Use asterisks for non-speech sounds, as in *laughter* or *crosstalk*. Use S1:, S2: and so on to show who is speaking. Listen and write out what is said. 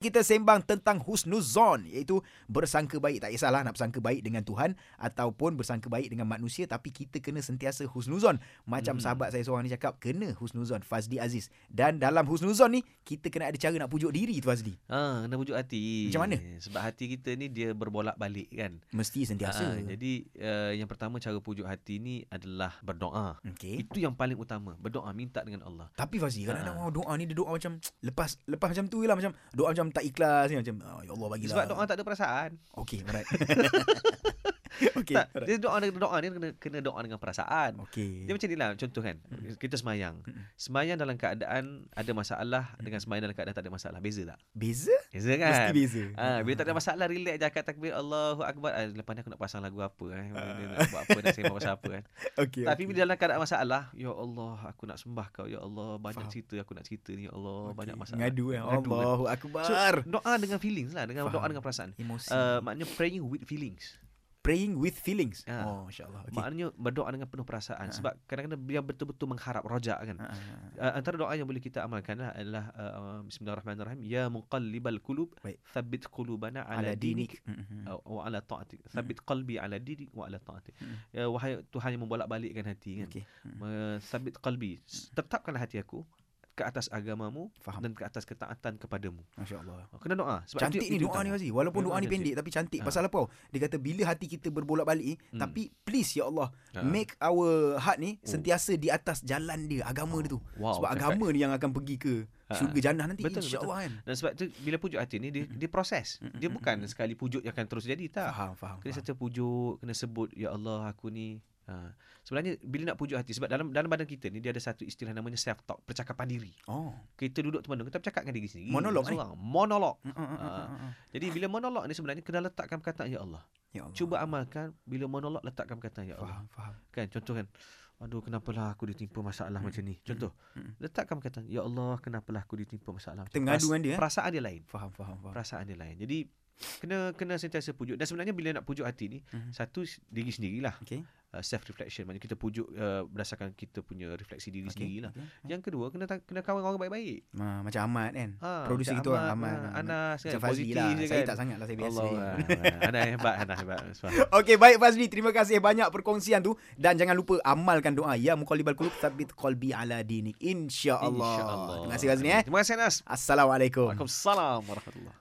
S1: Kita sembang tentang husnuzon iaitu bersangka baik. Tak kisahlah nak bersangka baik dengan Tuhan ataupun bersangka baik dengan manusia tapi kita kena sentiasa husnuzon. Macam
S2: Hmm.
S1: sahabat saya seorang ni cakap kena husnuzon Fazli Aziz. Dan dalam husnuzon ni kita kena ada cara nak pujuk diri tu Fazli.
S2: Ha, kena pujuk hati.
S1: Macam mana?
S2: Sebab hati kita ni dia berbolak-balik kan.
S1: Mesti sentiasa.
S2: Ha, jadi uh, yang pertama cara pujuk hati ni adalah berdoa.
S1: Okey.
S2: Itu yang paling utama. Berdoa minta dengan Allah.
S1: Tapi Fazli kadang-kadang
S2: Ha.
S1: orang doa ni dia doa macam lepas lepas macam tu je lah macam doa macam tak ikhlas ni macam oh, ya Allah bagilah.
S2: Sebab doa tak ada perasaan.
S1: Okey,
S2: *laughs*
S1: alright. Okey.
S2: Okay, tak,
S1: alright.
S2: dia doa dengan doa ni kena kena doa dengan perasaan.
S1: Okey.
S2: Dia macam ni lah contoh kan.
S1: Mm-mm.
S2: Kita semayang.
S1: Mm-mm.
S2: Semayang dalam keadaan ada masalah dengan semayang dalam keadaan tak ada masalah. Beza tak?
S1: Beza?
S2: Beza kan?
S1: Mesti beza.
S2: Ha, bila tak ada masalah relax je akad takbir Allahu akbar. Ha, lepas ni aku nak pasang lagu apa eh. Bila nak buat apa nak sembang pasal apa kan.
S1: *laughs* Okey.
S2: Tapi
S1: okey.
S2: bila dalam keadaan masalah, ya Allah aku nak sembah kau ya Allah banyak
S1: Faham.
S2: cerita aku nak cerita ni ya
S1: Okey,
S2: Allah banyak masalah.
S1: Ngadu kan.
S2: Ngadu kan.
S1: Allahu akbar.
S2: Doa dengan feelings lah dengan doa
S1: Faham.
S2: dengan perasaan.
S1: Emosi.
S2: Uh, maknanya praying with feelings.
S1: Praying with feelings.
S2: Ah.
S1: Oh, insya-Allah. Okey.
S2: Maknanya berdoa dengan penuh
S1: Ha.
S2: perasaan sebab kadang-kadang dia betul-betul mengharap rojak kan.
S1: Ah, ah, ah.
S2: Uh, antara doa yang boleh kita amalkan lah adalah uh, uh, bismillahirrahmanirrahim ya muqallibal qulub
S1: Baik.
S2: thabbit qulubana
S1: Ala
S2: ala dinik
S1: dinik. Mm, Hmm. Mm-mm.
S2: uh, wa ala taatik thabbit qalbi ala dinik wa ala taatik
S1: Mm.
S2: ya wahai Tuhan yang membolak-balikkan hati kan
S1: Okey. Mm.
S2: uh, thabbit qalbi S- tetapkanlah hati aku ke atas agamamu
S1: Faham.
S2: dan ke atas ketaatan kepadamu
S1: Masya-Allah.
S2: Oh, kena doa sebab
S1: Cantik
S2: itu,
S1: ni
S2: itu
S1: doa ni
S2: utama.
S1: Fazli. Walaupun doa
S2: Memang
S1: ni
S2: cantik.
S1: pendek tapi cantik.
S2: Ah.
S1: Pasal apa? Dia kata bila hati kita berbolak-balik ni,
S2: Hmm.
S1: tapi please ya Allah,
S2: Ah.
S1: make our heart ni
S2: Oh.
S1: sentiasa di atas jalan dia, agama dia tu.
S2: wow,
S1: Sebab
S2: cakap.
S1: agama ni yang akan pergi ke
S2: Ah.
S1: syurga jannah nanti
S2: Betul, Ah.
S1: insya-Allah kan.
S2: dan sebab tu bila pujuk hati ni dia, dia proses dia bukan sekali pujuk yang akan terus jadi tak
S1: Faham, faham.
S2: Kena
S1: faham.
S2: serta pujuk, kena sebut ya Allah aku ni. Ha. Sebenarnya bila nak pujuk hati sebab dalam dalam badan kita ni dia ada satu istilah namanya self talk, percakapan diri.
S1: Oh.
S2: Kita duduk teman kita bercakap dengan diri sendiri.
S1: Monolog, eh?
S2: seorang. Monolog.
S1: Mm, mm, mm, mm, mm,
S2: Ah.
S1: mm.
S2: Jadi bila monolog ni sebenarnya kena letakkan perkataan ya Allah.
S1: Ya Allah.
S2: Cuba amalkan bila monolog letakkan perkataan ya Allah.
S1: Faham, faham.
S2: Kan contoh kan Aduh kenapalah aku ditimpa masalah macam ni Contoh
S1: Mm-mm.
S2: Letakkan perkataan Ya Allah kenapalah aku ditimpa masalah
S1: Kita
S2: macam ni?"
S1: mengadu
S2: Peras-
S1: dengan dia, eh?
S2: Perasaan dia lain
S1: Faham, faham, faham.
S2: Perasaan dia lain Jadi Kena kena sentiasa pujuk Dan sebenarnya bila nak pujuk hati ni
S1: Mhm.
S2: Satu diri sendirilah
S1: Okey.
S2: uh, self reflection maknanya kita pujuk uh, berdasarkan kita punya refleksi diri okay.
S1: Okey. Mm-hmm.
S2: sendirilah.
S1: okey.
S2: Yang kedua kena ta- kena kawan orang baik-baik.
S1: Ma, macam Ahmad kan.
S2: Ha,
S1: Producer
S2: macam
S1: kita orang, Ahmad,
S2: Ahmad, ha, Anas kan
S1: Macam Fazli
S2: positif
S1: lah.
S2: je
S1: Saya
S2: kan.
S1: tak sangat lah. Saya biasa.
S2: Allah ah, Anas hebat Anas
S1: *laughs*
S2: hebat. Sebab
S1: Okey baik Fazli terima kasih banyak perkongsian tu dan jangan lupa amalkan doa ya muqallibal qulub tsabbit qalbi ala dinik insyaallah. Insya
S2: insya-Allah.
S1: terima kasih Fazli eh.
S2: Terima kasih Anas.
S1: Assalamualaikum.
S2: Waalaikumsalam warahmatullahi.